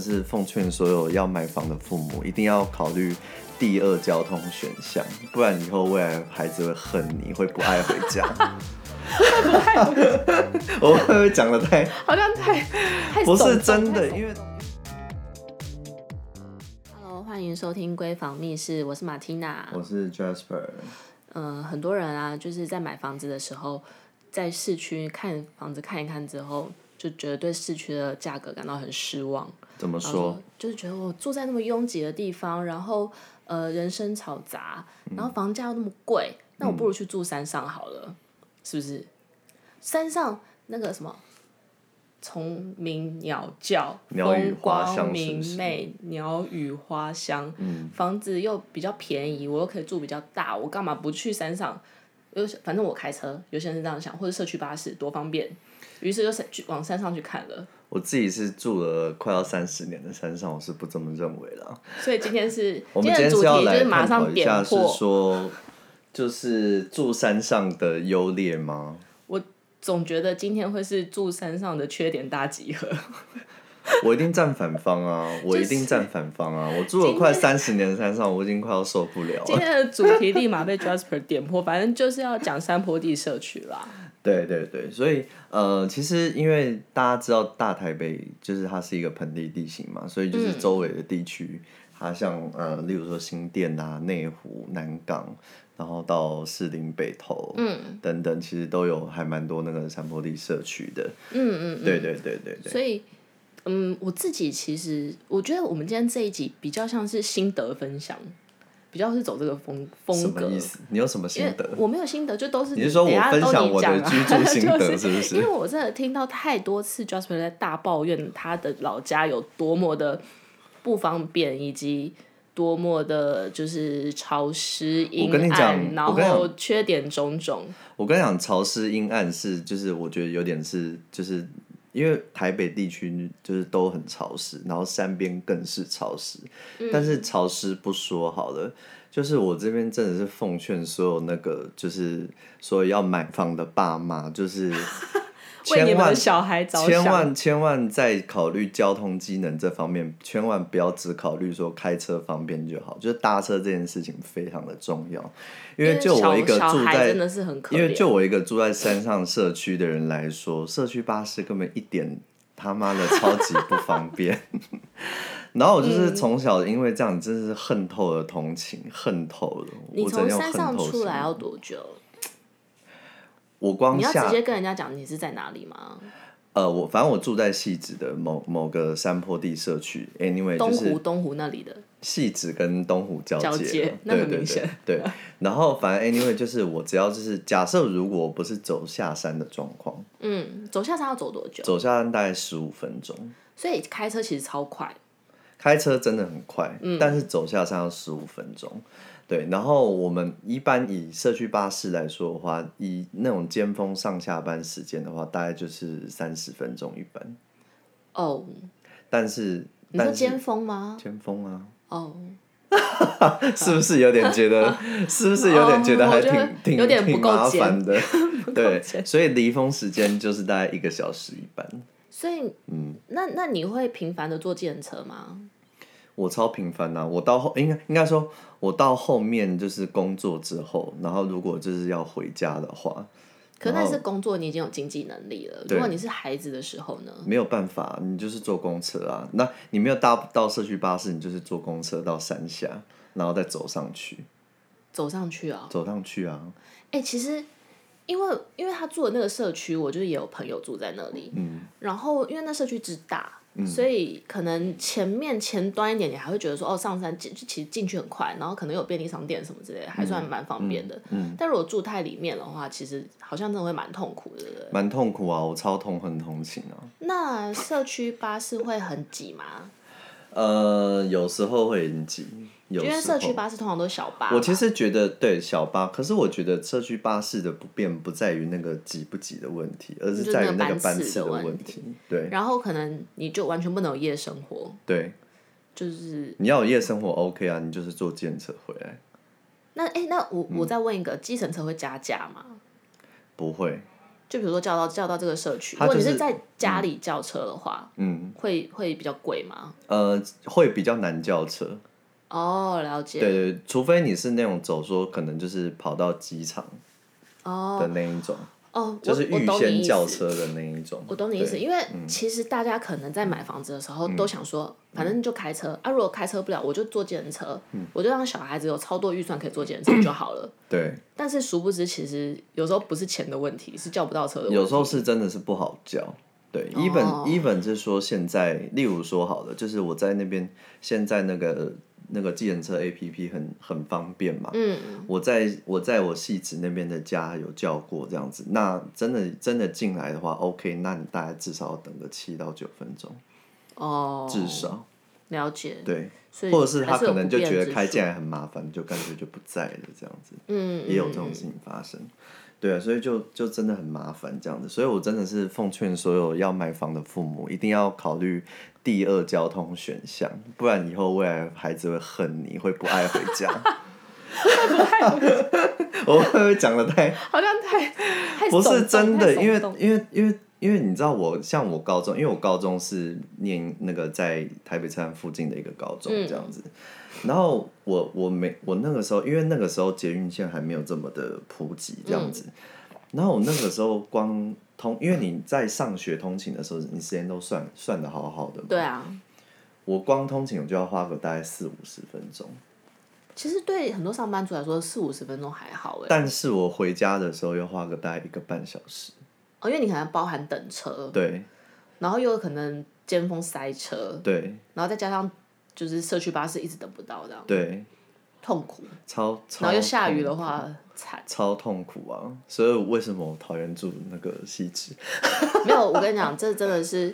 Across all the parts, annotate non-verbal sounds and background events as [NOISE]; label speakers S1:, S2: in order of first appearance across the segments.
S1: 是奉劝所有要买房的父母，一定要考虑第二交通选项， [LAUGHS] 不然以后未来孩子会恨你，会不爱回家。我会不会讲的太
S2: 好像太太
S1: 不是
S2: 耸动
S1: 真的？
S2: 太耸
S1: 因为
S2: Hello，欢迎收听《闺房密室》，我是马缇娜。
S1: 我是 Jasper，
S2: 嗯、很多人啊，就是在买房子的时候，在市区看房子看一看之后，就觉得对市区的价格感到很失望。
S1: 怎么
S2: 然后
S1: 说？
S2: 就是觉得我住在那么拥挤的地方，然后呃人声嘈杂，
S1: 嗯
S2: 然后房价又那么贵，那我不如去住山上好了，是不是？山上那个什么，虫鸣鸟叫，
S1: 鸟语
S2: 风
S1: 花香
S2: 光
S1: 是不
S2: 明
S1: 是嗯
S2: 媚，鸟语花香，房子又比较便宜，我又可以住比较大，我干嘛不去山上？有些反正我开车，有些人是这样想，或者社区巴士多方便，于是就是去往山上去看了。
S1: 我自己是住了快要三十年的山上，我是不这么认为啦。
S2: 所以今
S1: [LAUGHS]
S2: 天是
S1: 我们今
S2: 天的
S1: 天
S2: 主
S1: 是
S2: 题
S1: 要
S2: 就
S1: 来
S2: 是马
S1: 探讨
S2: 上
S1: 一
S2: 点
S1: 下，是
S2: 破。
S1: 说就是住山上的优劣吗？
S2: 总觉得今天会是住山上的缺点大集
S1: [LAUGHS]
S2: 合。
S1: 我一定站反方啊！我一定站反方啊！我住了快三十年的山上，我已经快要受不了
S2: 今
S1: 了。
S2: 天的主题立马被 Jasper 点破，反正就是要讲山坡地社区啦。
S1: 对对对，所以呃，其实因为大家知道大台北就是它是一个盆地地形嘛，所以就是周围的地区，它像呃，例如说新店啊、内湖、南港，然后到士林北投，嗯，等等，其实都有还蛮多那个山坡地社区的。嗯嗯，对对对对对。
S2: [LAUGHS] 所以，嗯，我自己其实我觉得我们今天这一集比较像是心得分享，比较是走这个风
S1: 什
S2: 风
S1: 么
S2: 格
S1: 意。思？你有什么心
S2: 因为
S1: 得？
S2: 我没有心得，就都是
S1: 你是说我
S2: 等一下
S1: 分享
S2: 都你
S1: 我的
S2: 讲啊
S1: 居
S2: [LAUGHS]
S1: 住心得
S2: 就是
S1: 不是
S2: 因为我真的听到太多次 Jasper 在大抱怨他的老家有多么的不方便，以及多么的就是潮湿阴
S1: 跟你
S2: 暗，
S1: 讲
S2: 然
S1: 我跟你
S2: 后缺点种种。
S1: 我跟你讲，潮湿阴暗是就是我觉得有点是就是因为台北地区就是都很潮湿，然后山边更是潮湿。
S2: 嗯
S1: 但是潮湿不说好了，就是我这边真的是奉劝所有那个就是所有要买房的爸妈，就是
S2: [LAUGHS] 为你
S1: 千
S2: 们
S1: 万
S2: 的小孩着
S1: 千
S2: 想，
S1: 万千万在考虑交通机能这方面，千万不要只考虑说开车方便就好，就是搭车这件事情非常的重要。因为就我一个
S2: 小
S1: 住
S2: 小孩
S1: 在
S2: 真的是很可
S1: 因为
S2: 怜。
S1: 就我一个住在山上社区的人来说，社区巴士根本一点他妈的超级不方便。 [LAUGHS] 然后我就是从小因为这样，真是恨透了同情，恨透了。
S2: 你
S1: 我真
S2: 从
S1: 的用
S2: 山
S1: 恨
S2: 上
S1: 透
S2: 出
S1: 心
S2: 来要多久？
S1: 我光
S2: 你要直
S1: 下
S2: 接跟人家讲你是在哪里吗？
S1: 呃，我反正我住在汐止的某某个山坡地社区，anyway
S2: 东
S1: 就是
S2: 湖东湖那里的，
S1: 戏子跟东湖交界了，
S2: 交界那
S1: 对
S2: 很
S1: 对
S2: 明显
S1: 对对，然后反正 anyway 就是我只要就是假设如果不是走下山的状况，
S2: 嗯，走下山要走多久？
S1: 走下山大概十五分钟，
S2: 所以开车其实超快，
S1: 开车真的很快，
S2: 嗯
S1: 但是走下山要十五分钟。对，然后我们一般以社区巴士来说的话，以那种尖峰上下班时间的话，大概就是三十分钟一班。
S2: 哦，
S1: 但是，
S2: 你说
S1: 但是
S2: 尖峰吗？
S1: 尖峰啊， [LAUGHS]
S2: 哦，
S1: 是不是有点觉
S2: [LAUGHS]
S1: 得，是不是有点觉得还挺
S2: 哦我觉得
S1: 挺
S2: 有点不
S1: 挺
S2: 够
S1: 麻
S2: 尖
S1: 烦
S2: [LAUGHS]
S1: 的？ [LAUGHS] 对
S2: 尖，
S1: 所以离峰时间就是大概一个小时一班。
S2: 所以，嗯，那那你会频繁的坐计程车吗？
S1: 我超频繁呐、我到后应该应该说，我到后面就是工作之后，然后如果就是要回家的话，
S2: 可
S1: 然
S2: 那
S1: 后
S2: 是工作，你已经有经济能力了。
S1: 对
S2: 如果你是孩子的时候呢？
S1: 没有办法，你就是坐公车啊。那你没有搭到社区巴士，你就是坐公车到山下，然后再走上去，
S2: 走上去啊、
S1: 走上去啊。
S2: 哎、其实因为因为他住的那个社区，我就也有朋友住在那里。嗯。然后因为那社区之大，所以可能前面前端一点，你还会觉得说哦，上山进其实进去很快，然后可能有便利商店什么之类的，还算蛮方便的。嗯。但如果住太里面的话，其实好像真的会蛮痛苦的。对不对
S1: 蛮痛苦啊，我超痛恨通勤啊。
S2: 那社区巴士会很挤吗？
S1: 呃，有时候会很挤，有
S2: 因为
S1: 时
S2: 社区
S1: 候。
S2: 巴士通常都是小巴嘛。
S1: 哦我其实觉得对小巴，可是我觉得社区巴士的不便不在于那个挤不挤的问题，而是
S2: 就是
S1: 在于
S2: 那个
S1: 那个
S2: 班
S1: 班
S2: 次
S1: 次
S2: 的
S1: 的
S2: 问
S1: 问题。对
S2: 然后可能你就完全不能有夜生活，
S1: 对，
S2: 就是
S1: 你要有夜生活 OK 啊，你就是坐电车回来，嗯
S2: 那哎、那我我再问一个，计程车会加价吗？
S1: 不会。
S2: 就比如说叫到叫到这个社区，
S1: 它
S2: 如果你
S1: 就是
S2: 是在家里叫车的话，
S1: 嗯，
S2: 会会比较贵吗？
S1: 呃，会比较难叫车，
S2: 哦，了解。
S1: 对对，除非你是那种走说可能就是跑到机场
S2: 哦
S1: 的那一种，
S2: 哦，
S1: 就
S2: 我
S1: 是
S2: 我
S1: 预
S2: 懂你
S1: 先
S2: 意
S1: 叫
S2: 思
S1: 车的那一种。
S2: 我懂你意思，
S1: 对嗯
S2: 因为其实大家可能在买房子的时候都想说，反正就开车啊，如果开车不了，我就坐计程车，
S1: 嗯
S2: 我就让小孩子有超多预算可以坐计程车就好了。
S1: 对，
S2: 但是殊不知，其实有时候不是钱的问题，是叫不到车的问
S1: 有
S2: 题。
S1: 时候是真的是不好叫。对
S2: 哦
S1: ，even、even 是说现在，例如说好了，就是我在那边现在那个那个计程车 A P P 很很方便嘛。
S2: 嗯，
S1: 我在我在我戏子那边的家有叫过这样子，那真的真的进来的话，OK，那你大概至少要等个七到九分钟，
S2: 哦，
S1: 至少
S2: 了解，
S1: 对，
S2: 所以
S1: 或者是他
S2: 还
S1: 可
S2: 有
S1: 能就
S2: 不便
S1: 觉得
S2: 之
S1: 开
S2: 处
S1: 进，来很麻烦，就干脆就不在了这样子。
S2: 嗯，
S1: 也有这种
S2: 嗯
S1: 事情发生。对啊，所以就就真的很麻烦这样子，所以我真的是奉劝所有要买房的父母，一定要考虑第二交通选项，不然以后未来孩子会恨你，会不爱回家。
S2: [LAUGHS]
S1: [LAUGHS] 我会不会讲的太
S2: 好像
S1: [LAUGHS]
S2: 太太
S1: 不
S2: 耸
S1: 是
S2: 动
S1: 真的，
S2: 太
S1: 因为
S2: 耸动
S1: 因为因为因为你知道我像我高中，因为我高中是念那个在台北车站附近的一个高中
S2: 嗯
S1: 这样子，然后我我没我那个时候，因为那个时候捷运线还没有这么的普及这样子，
S2: 嗯
S1: 然后我那个时候光通，因为你在上学通勤的时候，你时间都算算的好好的嘛，
S2: 对啊，
S1: 我光通勤我就要花个大概四五十分钟，
S2: 其实对很多上班族来说，四五十分钟还好哎，
S1: 但是我回家的时候要花个大概一个半小时，
S2: 哦，因为你可能包含等车，
S1: 对
S2: 然后又有可能尖峰塞车，
S1: 对
S2: 然后再加上就是社区巴士一直等不到，这样
S1: 对，
S2: 痛苦。
S1: 超超
S2: 然后又下雨
S1: 痛
S2: 的话，惨。
S1: 超痛苦啊！所以为什么我讨厌住那个西子？
S2: [LAUGHS] 没有，我跟你讲，这真的是，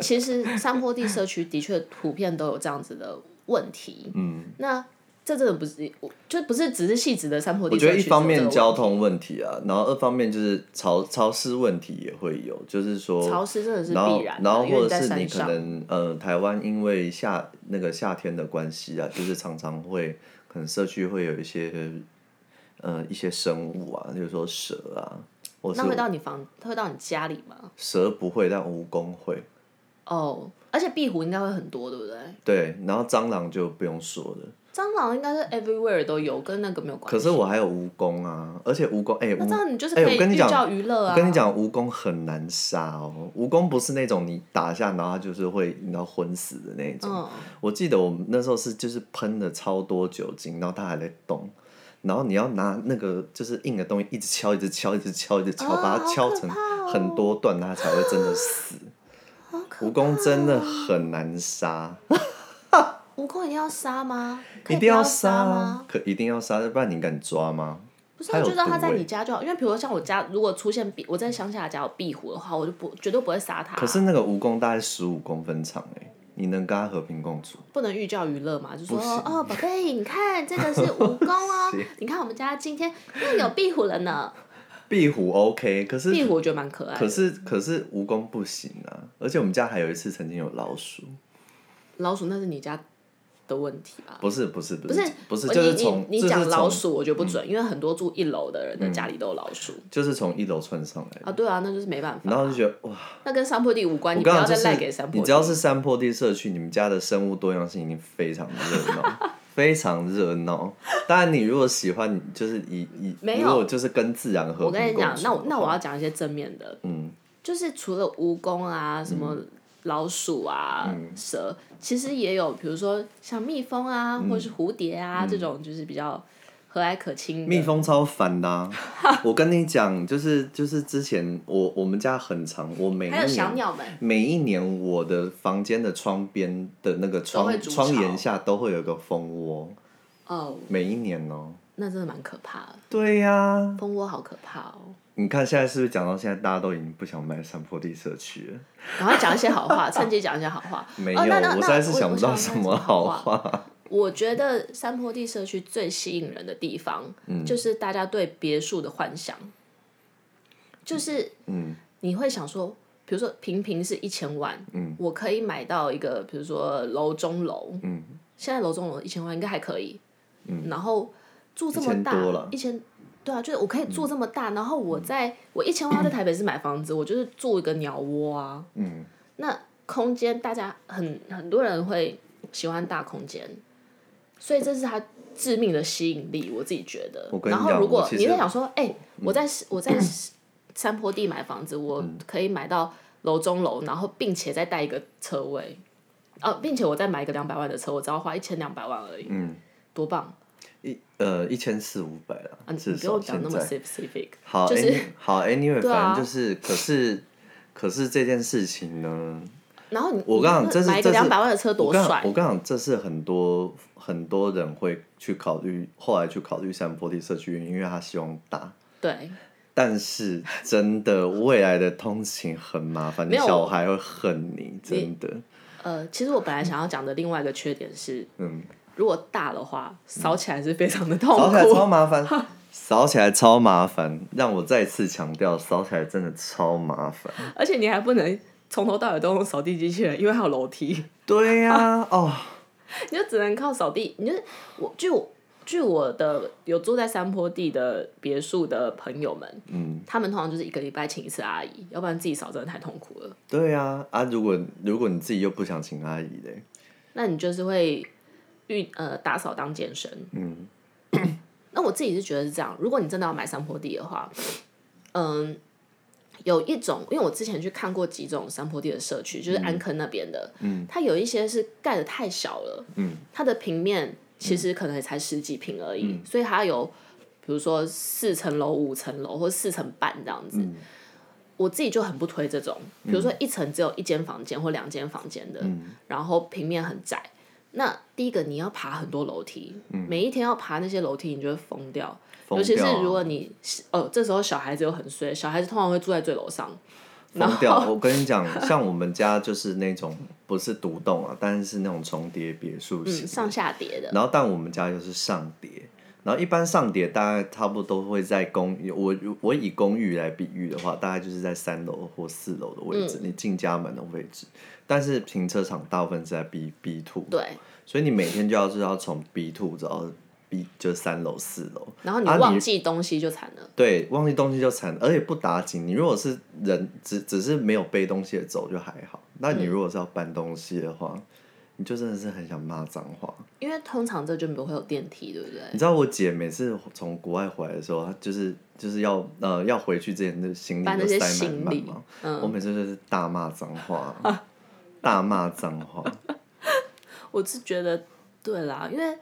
S2: 其实山坡地社区的确普遍都有这样子的问题。
S1: 嗯，
S2: 那这真的不是，我就不是只是细致的山坡地
S1: 我
S2: 社
S1: 觉
S2: 区。
S1: 得一方面交。通问题啊，然后二方面就是潮潮湿问题也会有，就是
S2: 潮
S1: 说，
S2: 湿真的是
S1: 然后
S2: 必然的，啊
S1: 然后
S2: 因为
S1: 或者
S2: 你在
S1: 是你
S2: 山
S1: 可
S2: 上，
S1: 能呃，台湾因为夏那个夏天的关系啊，就是常常会可能社区会有一些呃一些生物啊，比如说蛇啊，或是
S2: 那会到你房，会到你家里吗？
S1: 蛇不会，但蜈蚣会。
S2: 哦，而且壁虎应该会很多，对不对？
S1: 对，然后蟑螂就不用说了。
S2: 蟑螂应该是 everywhere 都有，跟那个没有关系。
S1: 可是我还有蜈蚣啊，而且蜈蚣，哎、
S2: 那
S1: 蜈
S2: 这样你就是可
S1: 哎我
S2: 以
S1: 跟你
S2: 寓
S1: 讲
S2: 教于乐啊。
S1: 我跟你，讲，蜈蚣很难杀哦。蜈蚣不是那种你打一下，然后它就是会你知道昏死的那种。
S2: 嗯，
S1: 我记得我们那时候是就是喷了超多酒精，然后它还在动，然后你要拿那个就是硬的东西一直敲，一直敲，一直敲，一直敲，
S2: 啊
S1: 把它
S2: 好
S1: 敲
S2: 可
S1: 成
S2: 怕哦
S1: 很多段，它才会真的死。
S2: 好可哦
S1: 蜈蚣真的很难杀，
S2: 蜈蚣一定要杀吗？可
S1: 一
S2: 以不
S1: 定要
S2: 要
S1: 杀啊
S2: 吗？，
S1: 可一定要杀，不然你敢抓吗？
S2: 不是
S1: 它
S2: 啊，
S1: 有
S2: 就让它
S1: 毒
S2: 在
S1: 欸
S2: 你家就好。因为比如说像我家，如果出现壁，我在乡下家有壁虎的话，我就不绝对不会杀它。
S1: 可是那个蜈蚣大概十五公分长哎、你能跟它和平共处？
S2: 不能寓教于乐嘛，就说
S1: 不行
S2: 哦，宝贝，你看这个是蜈蚣
S1: [LAUGHS]
S2: 哦
S1: 不行，
S2: 你看我们家今天又有壁虎了呢。
S1: 壁虎 OK，可是
S2: 壁虎我觉得蛮可爱
S1: 可
S2: 的，
S1: 是可是蜈蚣不行啊，而且我们家还有一次曾经有老鼠，
S2: 老鼠那是你家的问题吧？
S1: 不是不是不
S2: 不是
S1: 是不是，
S2: 你
S1: 就是
S2: 你
S1: 从
S2: 你
S1: 就是
S2: 讲
S1: 从
S2: 老
S1: 嗯
S2: 鼠，我觉得不准，因为很多住一楼的人的家里都有老鼠
S1: 就是从一楼窜上来的，
S2: 啊。对啊，那就是没办
S1: 然
S2: 法，
S1: 后就觉得哇，
S2: 那跟山坡地无关，
S1: 我
S2: 你不
S1: 刚
S2: 要
S1: 刚就
S2: 再
S1: 是
S2: 赖给山坡
S1: 你
S2: 地。
S1: 只要是山坡地社区，你们家的生物多样性已经非常热
S2: [LAUGHS]
S1: 闹。非常热闹，当然你如果喜欢，就是以以
S2: 没
S1: 如
S2: 有
S1: 果就是跟自然和
S2: 我跟
S1: 平
S2: 你
S1: 共
S2: 讲，
S1: 处
S2: 那我
S1: 的
S2: 那我
S1: 话
S2: 要讲一些正面的，
S1: 嗯
S2: 就是除了蜈蚣啊，什么老鼠啊、
S1: 嗯
S2: 蛇，其实也有，比如说像蜜蜂啊，
S1: 嗯
S2: 或是蝴蝶啊、这种，就是比较和蔼可亲的。
S1: 蜜蜂超烦的
S2: [LAUGHS]
S1: 啊、我跟你讲，就是就是之前我我们家很长，我每一
S2: 还有小
S1: 年
S2: 鸟们，
S1: 每一年我的房间的窗边的那个
S2: 都
S1: 窗
S2: 会筑巢
S1: 窗沿下都会有一个蜂窝，
S2: 哦，
S1: 每一年哦、
S2: 那真的蛮可怕的，
S1: 对呀、
S2: 蜂窝好可怕哦。
S1: 你看现在是不是讲到现在，大家都已经不想买山坡地社区了？
S2: 赶快讲一些
S1: [LAUGHS]
S2: 好话，趁机讲一些好话。
S1: 没有，
S2: 哦、那那那
S1: 我实在是
S2: 我
S1: 想不到
S2: 我
S1: 什
S2: 想
S1: 么好
S2: 话。
S1: 话。
S2: 我觉得山坡地社区最吸引人的地方，
S1: 嗯
S2: 就是大家对别墅的幻想，就是
S1: 嗯
S2: 你会想说，比如说平平是一千万，
S1: 嗯
S2: 我可以买到一个，比如说楼中楼，
S1: 嗯，
S2: 现在楼中楼一千万应该还可以，嗯，然后住这么大
S1: 1000多了，嗯
S2: 一千对啊，就是我可以做这么大，然后我在我一千万在台北是买房子，我就是做一个鸟窝啊。
S1: 嗯，
S2: 那空间大家很很多人会喜欢大空间，所以这是它致命的吸引力，我自己觉得
S1: 我。跟你
S2: 然
S1: 讲
S2: 后如
S1: 我
S2: 果
S1: 其实嗯
S2: 你在想说，哎、我在我在 [COUGHS] 山坡地买房子，我可以买到楼中楼，然后并且再带一个车位，哦、并且我再买一个两百万的车，我只要花一千两百万而已，
S1: 嗯，
S2: 多棒！
S1: 一 [LAUGHS] 呃一千四五百啦
S2: 啊，你
S1: 至
S2: 不用
S1: 少
S2: 讲
S1: 现
S2: 那么
S1: 在。
S2: specific，
S1: 好，
S2: 就是
S1: any- 好，anyway，
S2: 对啊
S1: 反正就是，可是，可是这件事情呢，
S2: 然后你
S1: 我刚
S2: 你
S1: 刚这是
S2: 买一
S1: 这
S2: 个
S1: 是
S2: 两百万的车
S1: 我
S2: 多
S1: 刚
S2: 帅
S1: 我！刚讲，这是很多很多人会去考虑，后来去考虑山坡地社区，因为他希望大，
S2: 对，
S1: 但是真的未来的通勤很麻烦，你
S2: 没有
S1: 小孩会恨你，真的，
S2: 呃，其实我本来想要讲的另外一个缺点是，
S1: 嗯，
S2: 如果大的话，扫起来是非常的痛
S1: 扫起来超
S2: 苦。
S1: 麻烦，扫起来超麻烦，让我再次强调，扫起来真的超麻烦。
S2: 而且你还不能从头到尾都用扫地机器人，因为还有楼梯，
S1: 对呀、哦，
S2: [LAUGHS] 你就只能靠扫地。你就是我据我据我的有住在山坡地的别墅的朋友们，
S1: 嗯，
S2: 他们通常就是一个礼拜请一次阿姨，要不然自己扫真的太痛苦了。
S1: 对呀、啊，如果如果你自己又不想请阿姨嘞，
S2: 那你就是会遇呃打扫当健身。
S1: 嗯
S2: [COUGHS] 那我自己是觉得是这样，如果你真的要买山坡地的话，嗯，有一种，因为我之前去看过几种山坡地的社区，就是安坑那边的，
S1: 嗯，
S2: 它有一些是盖的太小了，
S1: 嗯，
S2: 它的平面其实可能也才十几平而已，所以它有比如说四层楼、五层楼或四层半这样子。
S1: 嗯
S2: 我自己就很不推这种，比如说一层只有一间房间或两间房间的，
S1: 嗯
S2: 然后平面很窄。那第一个你要爬很多楼梯，每一天要爬那些楼梯，你就会疯掉。
S1: 嗯疯
S2: 尤其是
S1: 掉啊
S2: 如果你哦，这时候小孩子又很衰，小孩子通常会住在最楼上，然
S1: 疯掉！
S2: 后
S1: 我跟你讲，像我们家就是那种不是独栋啊，但是是那种重叠别墅型
S2: 嗯，上下叠的，
S1: 然后但我们家又是上叠，然后一般上叠大概差不多会在公，我我以公寓来比喻的话，大概就是在三楼或四楼的位
S2: 嗯
S1: 置，你进家门的位置。但是停车场大部分是在 B B two，
S2: 对，
S1: 所以你每天就要是要从 B two 走到 B 就三楼四楼，
S2: 然后你
S1: 啊
S2: 忘记东西就惨了。
S1: 对，忘记东西就惨，而且不打紧。你如果是人，只只是没有背东西的走就还好。那
S2: 嗯
S1: 你如果是要搬东西的话，你就真的是很想骂脏话。
S2: 因为通常这就不会有电梯，对不对？
S1: 你知道我姐每次从国外回来的时候，她就是就是要呃要回去之前的行李
S2: 搬
S1: 都
S2: 那些
S1: 塞满
S2: 行
S1: 满
S2: 李
S1: 嘛，，我
S2: 嗯，
S1: 每次就是大骂脏话，大骂脏话。
S2: 我是觉得对啦，因为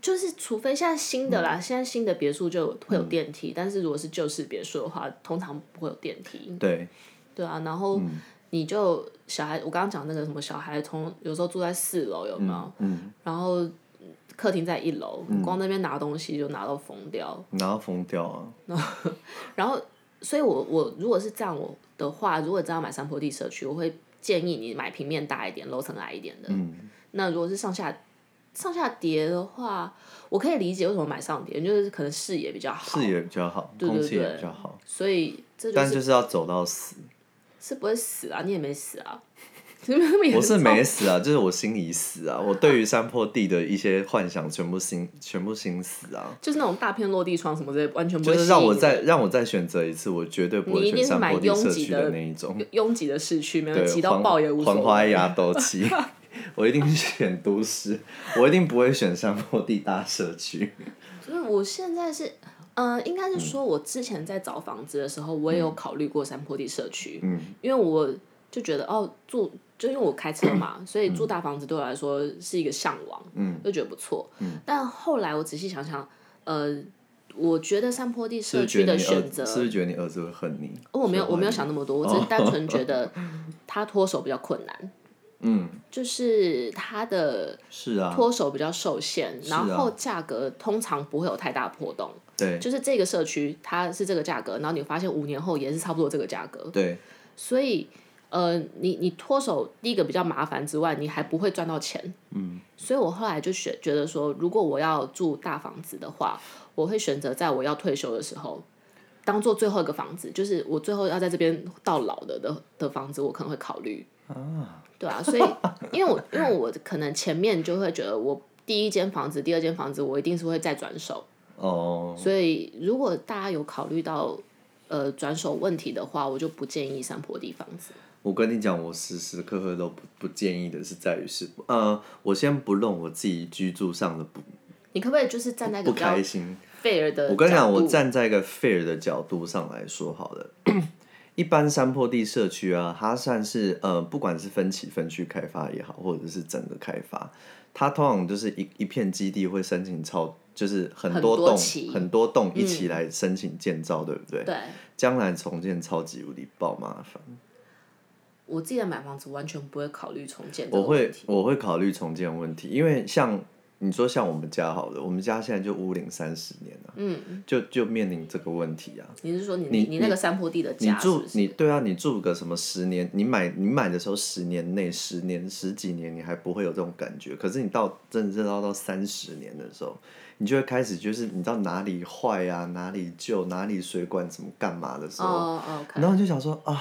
S2: 就是除非现在新的啦，
S1: 嗯
S2: 现在新的别墅就有会有电梯，但是如果是旧式别墅的话，通常不会有电梯。
S1: 对，
S2: 对啊，然后
S1: 嗯
S2: 你就小孩，我刚刚讲那个什么小孩从有时候住在四楼有没有？
S1: 嗯，
S2: 然后客厅在一楼，光那边拿东西就拿到疯掉。
S1: 然后疯掉啊，
S2: 然后，所以我我如果是这样我的话，如果真要买山坡地社区，我会建议你买平面大一点、楼层矮一点的。
S1: 嗯
S2: 那如果是上下上下叠的话，我可以理解为什么买上叠，就是可能视野比较好
S1: 视。野比较好，
S2: 对
S1: 空
S2: 对
S1: 气也
S2: 对
S1: 比较好，
S2: 所以这就
S1: 但
S2: 是
S1: 就是要走到死。
S2: 是不会死啊，你也没死啊。 [LAUGHS] 我
S1: 我是
S2: [LAUGHS]
S1: 没死啊，就是我心已死啊。我对于山坡地的一些幻想，全部心全部心死啊。
S2: 就是那种大片落地窗什么之类，完全不
S1: 就
S2: 会
S1: 是让我
S2: 吸引
S1: 再让我再选择一次，我绝对不
S2: 你
S1: 会
S2: 一定
S1: 选
S2: 是
S1: 山
S2: 买
S1: 坡地
S2: 拥
S1: 社
S2: 挤
S1: 区的
S2: 的
S1: 那一种。
S2: 拥挤的市区，没有
S1: 对，
S2: 挤到
S1: 黄
S2: 爆也无所
S1: 黄花
S2: 谓。
S1: 芽斗
S2: [LAUGHS]
S1: 气， [LAUGHS] 我一定选都市， [LAUGHS] 我一定不会选山坡地大社区。
S2: 就是我现在是，呃，应
S1: 嗯
S2: 该是说我之前在找房子的时候，我也有考虑过山坡地社区，
S1: 嗯
S2: 因为我就觉得哦，住就因为我开车嘛，所以住大房子对我来说是一个向往，
S1: 嗯，
S2: 就觉得不错。但后来我仔细想想，呃，我觉得山坡地
S1: 是不
S2: 社
S1: 是
S2: 区
S1: 觉得你
S2: 的选择
S1: 儿，是不是觉得你儿子会恨你？
S2: 哦我没有
S1: 喜欢
S2: 我没有
S1: 你
S2: 想那
S1: [LAUGHS]
S2: 么多，我只是单纯觉得他脱手比较困难，
S1: 嗯，
S2: 就是他的
S1: 是啊，
S2: 脱手比较受限，
S1: 是啊
S2: 然后价格通常不会有太大波动。
S1: 对
S2: 就是这个社区它是这个价格，然后你发现五年后也是差不多这个价格，
S1: 对，
S2: 所以呃，你你脱手第一个比较麻烦之外，你还不会赚到钱。嗯，所以我后来就选觉得说，如果我要住大房子的话，我会选择在我要退休的时候。当做最后一个房子，就是我最后要在这边到老的的的房子，我可能会考虑。啊，对啊，所以因为我因为我可能前面就会觉得，我第一间房子、第二间房子，我一定是会再转手。
S1: 哦，
S2: 所以如果大家有考虑到呃转手问题的话，我就不建议山坡地房子。
S1: 我跟你讲，我时时刻刻都不不建议的是在于是，呃，我先不论我自己居住上的不
S2: 你可不可以就是站在一个
S1: 不
S2: 比较
S1: 开心，
S2: fair 的角度？
S1: 我跟你讲，我站在一个 fair 的角度上来说好
S2: [CLEARS THROAT]
S1: 了。一般山坡地社区啊，它算是呃，不管是分期分区开发也好，或者是整个开发，它通常就是一一片基地会申请超，就是很
S2: 很
S1: 多
S2: 多
S1: 栋
S2: 期
S1: 很多栋一起来申请建造，对不对？
S2: 对，
S1: 将来重建超级无敌爆麻烦。
S2: 嗯我自己的买房子完全不会考虑重建这
S1: 我
S2: 个问
S1: 会
S2: 题。
S1: 我会考虑重建问题，因为像你说像我们家好了，我们家现在就屋龄三十年了、
S2: 嗯，
S1: 就就面临这个问题啊。
S2: 你是说你
S1: 你
S2: 你你那个山坡地的
S1: 你
S2: 家是
S1: 住
S2: 不是？
S1: 你对啊，你住个什么十年？你买你买的时候十年内、十年十几年，你还不会有这种感觉。可是你到真正到到三十年的时候，你就会开始就是你知道哪里坏啊，哪里旧，哪里水管怎么干嘛的时候，
S2: 哦哦，OK，
S1: 然后就想说啊，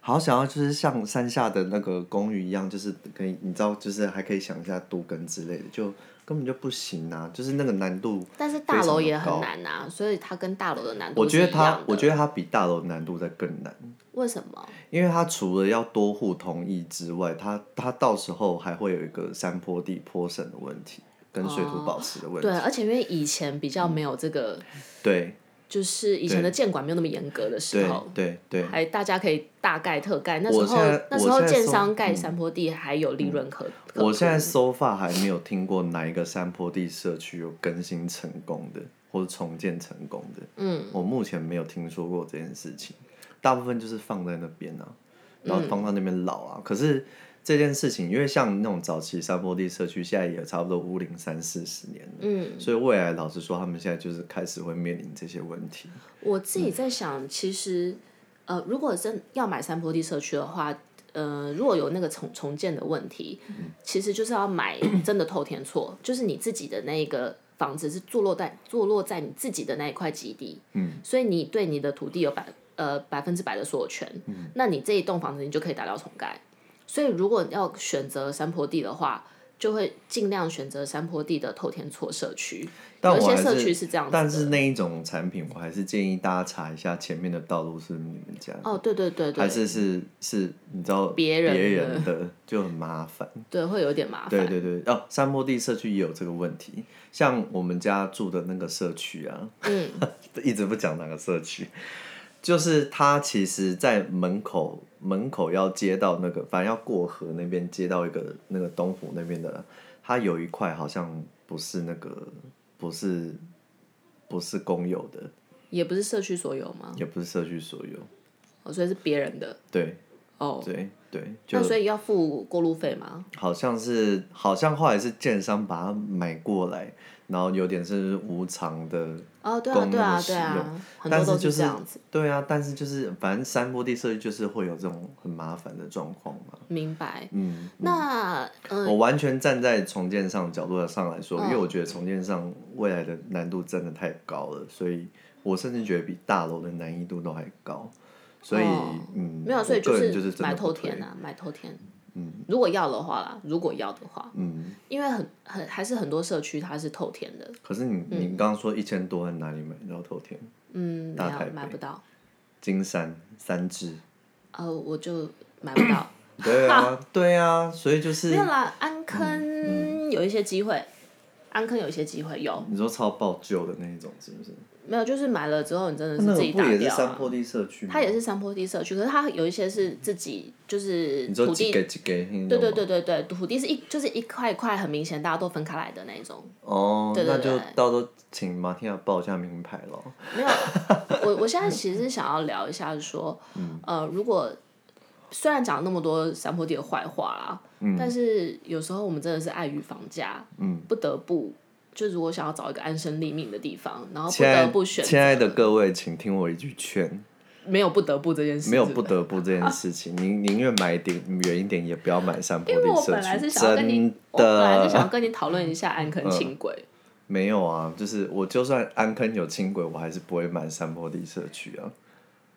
S1: 好想要就是像山下的那个公寓一样，就是可以，你知道，就是还可以想一下都跟之类的，就根本就不行啊，就是那个难度。
S2: 但是大楼也
S1: 非常高
S2: 很难啊，所以它跟大楼的难度
S1: 我觉得
S2: 是一
S1: 它
S2: 样，的
S1: 我觉得它比大楼难度在更难，
S2: 为什么？
S1: 因为它除了要多户同意之外，它它到时候还会有一个山坡地坡审的问题，跟水土保持的问题。
S2: 对，而且因为以前比较没有这个，
S1: 对
S2: 就是以前的监管没有那么严格的时
S1: 对
S2: 候，
S1: 对对，
S2: 还大家可以大盖特盖。那时
S1: 我现
S2: 候
S1: 在
S2: 那时候
S1: 我现在
S2: 建
S1: 搜
S2: 商盖山坡地还有利润可，可
S1: 我现在搜发还没有听过哪一个山坡地社区有更新成功的，或者重建成功的。
S2: 嗯，
S1: 我目前没有听说过这件事情，大部分就是放在那边啊，
S2: 嗯
S1: 然后放到那边老啊。可是这件事情，因为像那种早期山坡地社区，现在也差不多屋龄三四十年了，
S2: 嗯，
S1: 所以未来老实说，他们现在就是开始会面临这些问题。
S2: 我自
S1: 嗯
S2: 己在想，其实呃，如果真要买山坡地社区的话，呃，如果有那个重重建的问题，
S1: 嗯
S2: 其实就是
S1: [CLEARS THROAT]
S2: 要买真的透天厝，就是你自己的那个房子是坐落在坐落在你自己的那一块基地，嗯，所以你对你的土地有百呃百分之百的所有权，嗯，那你这一栋房子你就可以达到重盖。所以如果要选择山坡地的话，就会尽量选择山坡地的透天厝社区，
S1: 但
S2: 有一
S1: 我
S2: 些
S1: 还
S2: 社区
S1: 是，
S2: 是这样子的，
S1: 但是那一种产品，我还是建议大家查一下前面的道路是不是你们家的。
S2: 哦，对对对对，
S1: 还是是是，你知道
S2: 别人的
S1: 的就很麻
S2: [LAUGHS]
S1: 烦。
S2: 对，会有点麻烦。
S1: 对对对，哦，山坡地社区也有这个问题。像我们家住的那个社区啊， [LAUGHS]
S2: 嗯，
S1: 一直不讲哪个社区，就是它其实，在门口门口要接到那个，反正要过河那边接到一个那个东湖那边的，它有一块好像不是那个不是不是公有的，
S2: 也不是社区所有吗？
S1: 也不是社区所有。
S2: 哦，所以是别人的
S1: 对
S2: 哦。
S1: 对对，就
S2: 那所以要付过路费吗？
S1: 好像是，好像后来是建商把它买过来，然后有点是无偿的，
S2: 哦，对啊，
S1: 供那
S2: 对啊
S1: 个，使
S2: 对
S1: 用
S2: 啊，很
S1: 但
S2: 多
S1: 是
S2: 都
S1: 就是
S2: 这样子。
S1: 对啊，但是就是反正山坡地社区就是会有这种很麻烦的状况嘛。
S2: 明白。
S1: 嗯，
S2: 那嗯，
S1: 我完全站在重建上角度上来说，因为我觉得重建上未来的难度真的太高了，所以我甚至觉得比大楼的难易度都还高。所以，
S2: 哦
S1: 嗯，
S2: 没有，所以
S1: 我个人就是
S2: 是
S1: 真的
S2: 买
S1: 不
S2: 透
S1: 推
S2: 天啊，买透天。嗯，如果要的话啦，如果要的话，
S1: 嗯，
S2: 因为很很还是很多社区它是透天的，
S1: 可是你你刚刚说一千多，在哪里买到透天？
S2: 嗯，没
S1: 大台
S2: 有
S1: 北
S2: 买不到，
S1: 金
S2: [LAUGHS]
S1: 山三支。
S2: 呃，我就买不到。 [COUGHS]
S1: 对啊，对啊，所以就
S2: 没
S1: 是
S2: 有啦，
S1: 嗯
S2: 安坑有一些机会，安坑有一些机会有，
S1: 你说超爆旧的那一种，是不是？
S2: 没有就是买了之后你真的
S1: 那
S2: 是
S1: 个
S2: 自己
S1: 不
S2: 打
S1: 也是
S2: 掉
S1: 山
S2: 啊。
S1: 坡地社区吗？
S2: 它也是山坡地社区，可是它有一些是自己就是
S1: 嗯你说
S2: 土
S1: 几
S2: 地，
S1: 个
S2: 对
S1: 几个？
S2: 对对。对对，土地是一就是一块一块很明显大家都分开来的那一种。
S1: 哦，
S2: 对对
S1: 那就
S2: 对
S1: 到时候请马天亚报一下名牌咯。
S2: 没有，我我现在其实是想要聊一下说，
S1: 嗯
S2: 呃，如果虽然讲那么多山坡地的坏话啦，
S1: 嗯
S2: 但是有时候我们真的是碍于房价，不得不就如果想要找一个安身立命的地方，然后不
S1: 亲
S2: 得
S1: 爱
S2: 不选
S1: 亲爱的各位，请听我一句劝，
S2: 没有不得不这件事，
S1: 没有
S2: 对
S1: 不
S2: 对
S1: 得不这件事
S2: [LAUGHS]
S1: 情，您宁愿买一点远一点，也不要买山坡
S2: 因为
S1: 地
S2: 我
S1: 社
S2: 本来是
S1: 区。
S2: 想要跟你
S1: 真，
S2: 我本来
S1: [LAUGHS]
S2: 是想
S1: 的嗯
S2: 要跟你讨论一下安坑轻轨。
S1: 没有啊，就是我就算安坑有轻轨，我还是不会买山坡地社区啊。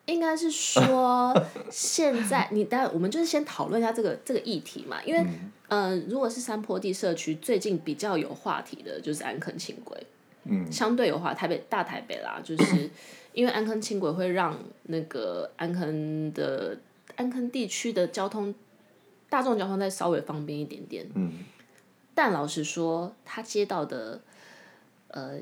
S2: 应该是说，现在你当然我们就是先讨论一下这个这个议题嘛，因为、呃，如果是山坡地社区，最近比较有话题的就是安坑轻轨，嗯，相对的话，台北大台北啦，就是因为安坑轻轨会让那个安坑的安坑地区的交通大众交通再稍微方便一点点。
S1: 嗯，
S2: 但老实说，他接到的，呃，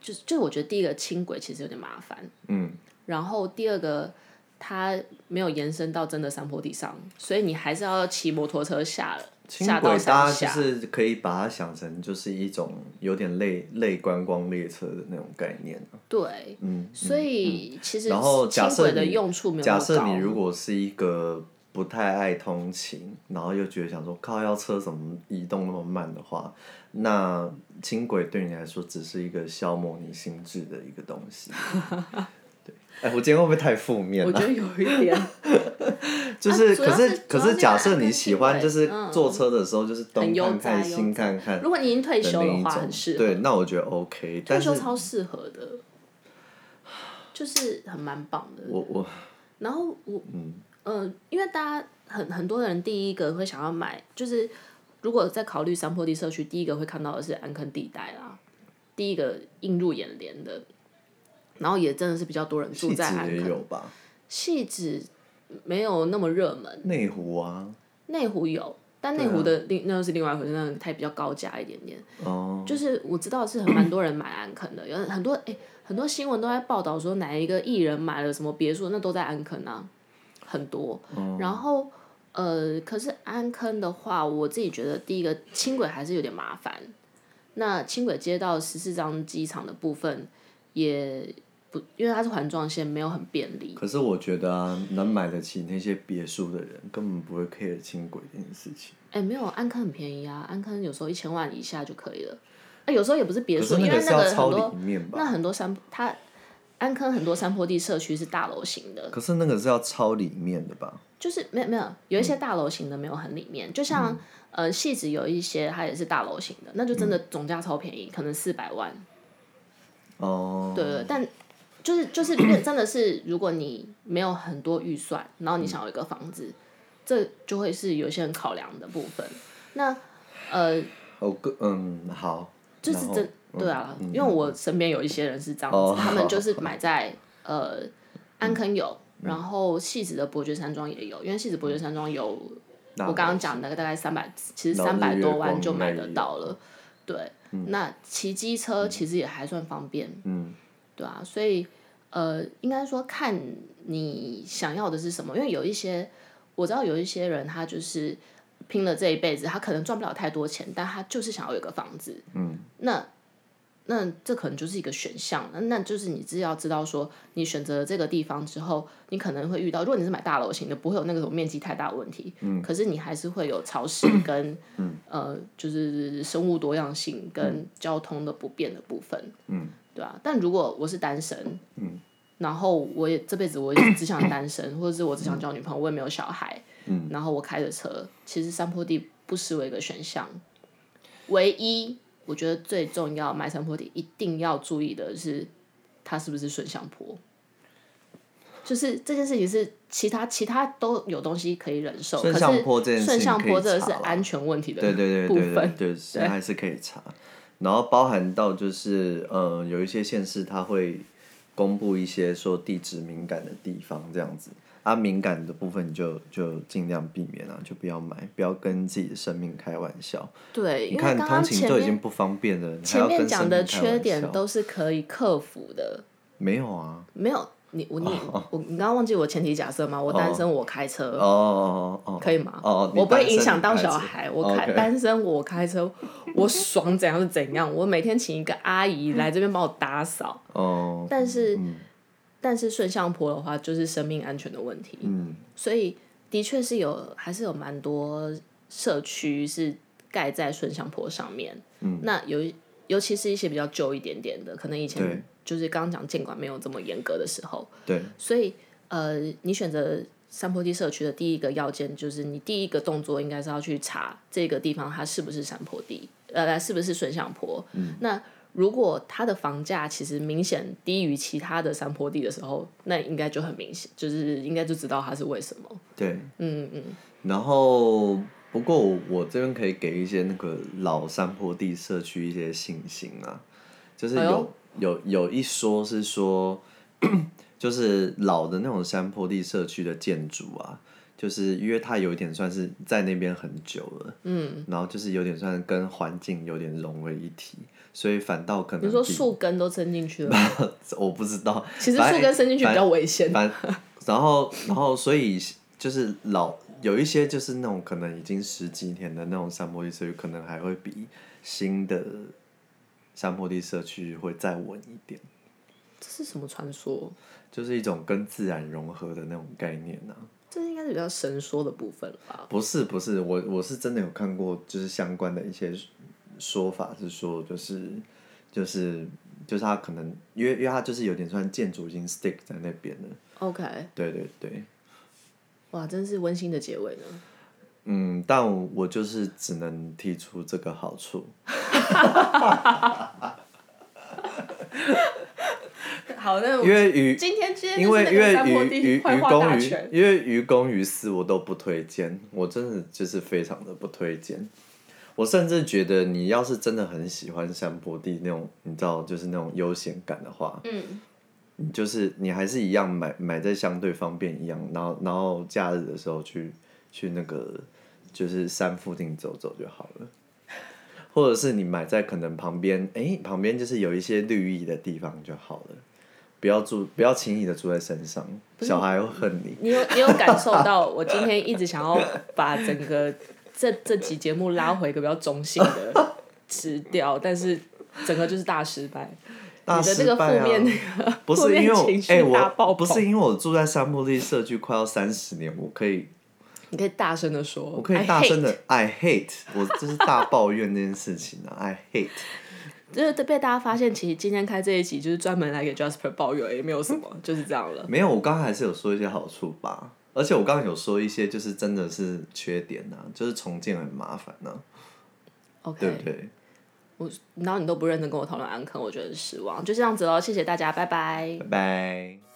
S2: 就是就是我觉得第一个轻轨其实有点麻烦，
S1: 嗯，
S2: 然后第二个它没有延伸到真的山坡地上，所以你还是要骑摩托车下了
S1: 轻
S2: 下到
S1: 轨
S2: 山
S1: 大家
S2: 下。
S1: 就是可以把它想成就是一种有点类类观光列车的那种概念啊、
S2: 对，
S1: 嗯，
S2: 所以其实
S1: 然后假
S2: 轻
S1: 设
S2: 轨的
S1: 你
S2: 用处没有那
S1: 假
S2: 么高。
S1: 设你如果是一个不太爱通勤，然后又觉得想说靠要车怎么移动那么慢的话，那轻轨对你来说只是一个消磨你心智的一个东
S2: [LAUGHS]
S1: 西。对，哎，我今天会不会太负面
S2: 我
S1: 了？
S2: 觉得有一点，
S1: [LAUGHS] 就是，
S2: 啊主要
S1: 可
S2: 是
S1: 可
S2: 主要
S1: 是，
S2: 是
S1: 假
S2: 安
S1: 设
S2: 安
S1: 你
S2: 静
S1: 喜欢，
S2: 静
S1: 就是
S2: 嗯
S1: 坐车的时候，就是东
S2: 很悠
S1: 看看
S2: 哉悠
S1: 西看看
S2: 如果你已经退
S1: 的
S2: 休
S1: 那
S2: 的
S1: 一
S2: 话，很适
S1: 种，
S2: 合。
S1: 对，那我觉得 OK。
S2: 退
S1: 但是
S2: 休超适合的，就是很蛮棒的。
S1: 我我
S2: 然后我，
S1: 嗯
S2: 呃，因为大家很很多人第一个会想要买，就是如果在考虑山坡地社区，第一个会看到的是安坑地带啦，第一个映入眼帘的。然后也真的是比较多人住
S1: 气
S2: 在
S1: 质
S2: 安
S1: 也
S2: 坑，
S1: 有吧，
S2: 细致没有那么热门，
S1: 内湖啊，
S2: 内湖有，但内湖的另、那又是另外一回事，那它比较高价一点点。
S1: 哦，
S2: 就是我知道是很蛮多人买安坑的，有很多哎、很多新闻都在报道说哪一个艺人买了什么别墅，那都在安坑啊，很多。
S1: 嗯
S2: 然后呃，可是安坑的话，我自己觉得第一个轻轨还是有点麻烦。那轻轨接到十四张机场的部分也不，因为它是环状线，没有很便利。
S1: 可是我觉得啊，能买得起那些别墅的人，根本不会 care 轻轨这件事情。
S2: 哎、没有安坑很便宜啊，安坑有时候一千万以下就可以了。那、有时候也不是别
S1: 可
S2: 墅，
S1: 是
S2: 因为
S1: 是
S2: 那
S1: 要
S2: 个
S1: 超
S2: 很多
S1: 里面吧？
S2: 那很多山它安坑很多山坡地社区是大楼型的，
S1: 可是那个是要超里面的吧？
S2: 就是没有没有有一些大楼型的没有很里面，就像、呃戏子有一些它也是大楼型的，那就真的总价超便宜，可能四百万，
S1: 哦，
S2: 对对，但。就是就是变真的是，如果你没有很多预算，然后你想有一个房子，这就会是有一些人考量的部分。那呃，
S1: 哦，个嗯，好，
S2: 就是
S1: 然后嗯
S2: 真对啊，因为我身边有一些人是这样子，
S1: 哦
S2: 他们就是买在呃安坑有，
S1: 嗯
S2: 然后戏子的伯爵山庄也有，因为戏子伯爵山庄有
S1: 那
S2: 我刚刚讲的大概三百，其实
S1: 然后
S2: 三百
S1: 日月
S2: 多万
S1: 光
S2: 就买
S1: 那
S2: 得
S1: 里有
S2: 到了，对，那骑机车其实也还算方便，
S1: 嗯，
S2: 对啊，所以呃，应该说看你想要的是什么，因为有一些我知道有一些人他就是拼了这一辈子，他可能赚不了太多钱，但他就是想要有个房子，嗯，那那这可能就是一个选项，那那就是你只要知道说你选择了这个地方之后，你可能会遇到，如果你是买大楼型的，不会有那个什么面积太大的问题，嗯，可是你还是会有潮湿跟嗯呃就是生物多样性
S1: 嗯
S2: 跟交通的不便的部分。对啊，但如果我是单身，嗯，然后我也这辈子我也只想单身，或者是我只想交女朋友，我也没有小孩，嗯，然后我开着车，其实山坡地不失为一个选项。唯一我觉得最重要，买山坡地一定要注意的是，它是不是顺向坡。就是这件事情是其他其他都有东西可以忍受，
S1: 顺向坡这
S2: 可
S1: 件
S2: 是
S1: 事
S2: 顺
S1: 情
S2: 向
S1: 可以
S2: 坡这个
S1: 查
S2: 是
S1: 啦
S2: 安全问题的
S1: 对对对
S2: 部
S1: 对对
S2: 分，
S1: 对，是还是可以查。然后包含到就是，嗯、有一些县市它会公布一些说地址敏感的地方这样子，啊，敏感的部分你就就尽量避免啊，就不要买，不要跟自己的生命开玩笑。
S2: 对，
S1: 你
S2: 因为
S1: 看
S2: 刚
S1: 通
S2: 刚
S1: 勤
S2: 前
S1: 就已
S2: 面
S1: 经不方便了，你还
S2: 前
S1: 要
S2: 面
S1: 跟生
S2: 讲
S1: 命
S2: 的
S1: 开
S2: 缺
S1: 玩
S2: 点
S1: 笑
S2: 都是可以克服的，
S1: 没有啊。
S2: 没有你我你、我你刚刚忘记我前提假设吗？我单身我开车、
S1: 哦哦哦哦，
S2: 可以吗？
S1: 哦哦，你
S2: 我不会
S1: 单身
S2: 影响
S1: 你
S2: 到
S1: 开
S2: 小
S1: 车哦
S2: 孩，我开
S1: OK
S2: 单身我开车，我爽怎样是怎样，我每天请一个阿姨来这边帮我打扫，
S1: 哦，
S2: 但是、但是顺向坡的话就是生命安全的问题，
S1: 嗯，
S2: 所以的确是有，还是有蛮多社区是盖在顺向坡上面。嗯，那有一尤其是一些比较旧一点点的，可能以
S1: 对
S2: 前就是刚刚讲监管没有这么严格的时候，
S1: 对，
S2: 所以呃，你选择山坡地社区的第一个要件就是你第一个动作应该是要去查这个地方它是不是山坡地，呃，是不是顺向坡。那如果它的房价其实明显低于其他的山坡地的时候，那应该就很明显，就是应该就知道它是为什么。
S1: 对，
S2: 嗯嗯，
S1: 然后，不过我我这边可以给一些那个老山坡地社区一些信心啊，就是
S2: 哎
S1: 有
S2: 呦
S1: 有有一说是说， [CLEARS THROAT] 就是老的那种山坡地社区的建筑啊，就是因为它有一点算是在那边很久了，嗯，然后就是有点算跟环境有点融为一体，所以反倒可能
S2: 你说
S1: 比
S2: 树根都伸进去了，
S1: 我不知道，
S2: 其实
S1: 反
S2: 树
S1: 正
S2: 根伸进去比较危险。
S1: 反，然后然后所以就是老有一些就是那种可能已经十几年的那种山坡地社区，可能还会比新的山坡地社区会再稳一点，
S2: 这是什么传说？
S1: 就是一种跟自然融合的那种概念呢、
S2: 这应该是比较神说的部分了吧？
S1: 不是不是，我我是真的有看过，就是相关的一些说法是说，就是就是就是它可能因为因为它就是有点算建筑已经 stick 在那边了，
S2: OK，
S1: 对对对。
S2: 哇，真是温馨的结尾呢。
S1: 嗯，但我我就是只能提出这个好处。
S2: 好，那我
S1: 因为于
S2: 哦今天今天
S1: 因为
S2: 就是
S1: 因
S2: 那个山
S1: 为
S2: 坡
S1: 于于
S2: 地
S1: 于
S2: 坏话大
S1: 公于
S2: 全，
S1: 因为于公于私我都不推荐，我真的就是非常的不推荐。我甚至觉得你要是真的很喜欢山坡地那种，你知道就是那种悠闲感的话，
S2: 嗯，
S1: 你就是你还是一样买买在相对方便一样，然后然后假日的时候去去那个就是山附近走走就好了，或者是你买在可能旁边，哎、旁边就是有一些绿意的地方就好了，不要住不要轻易的住在山上，小孩会恨你。
S2: 你有你有感受到我今天一直想要把整
S1: [LAUGHS]
S2: 个这这集节目拉回一个比较中性的词调，但是整个就是大失败。
S1: 大
S2: 你的
S1: 失
S2: 这个
S1: 败啊
S2: 负面那个
S1: 不
S2: 负
S1: 是
S2: 面
S1: 因为我
S2: 情绪
S1: 哎、
S2: 大爆
S1: 我
S2: 棚
S1: 不是因为我住在山坡地社区快要三十年，我可以
S2: 你可以大声的说，
S1: 我可以大声的 I hate，我就是大抱怨这件事情啊，I hate。
S2: 就是被大家发现，其实今天开这一集就是专门来给 Jasper 抱怨，也没有
S1: [LAUGHS]
S2: 什么，就是这样了。
S1: 没有，我刚刚还是有说一些好处吧，而且我刚刚有说一些就是真的是缺点呐、啊就是重建很麻烦呐、对
S2: OK，
S1: 不对？
S2: 我然后你都不认真跟我讨论安坑，我觉得很失望。就这样子喽，谢谢大家，拜拜
S1: 拜。拜。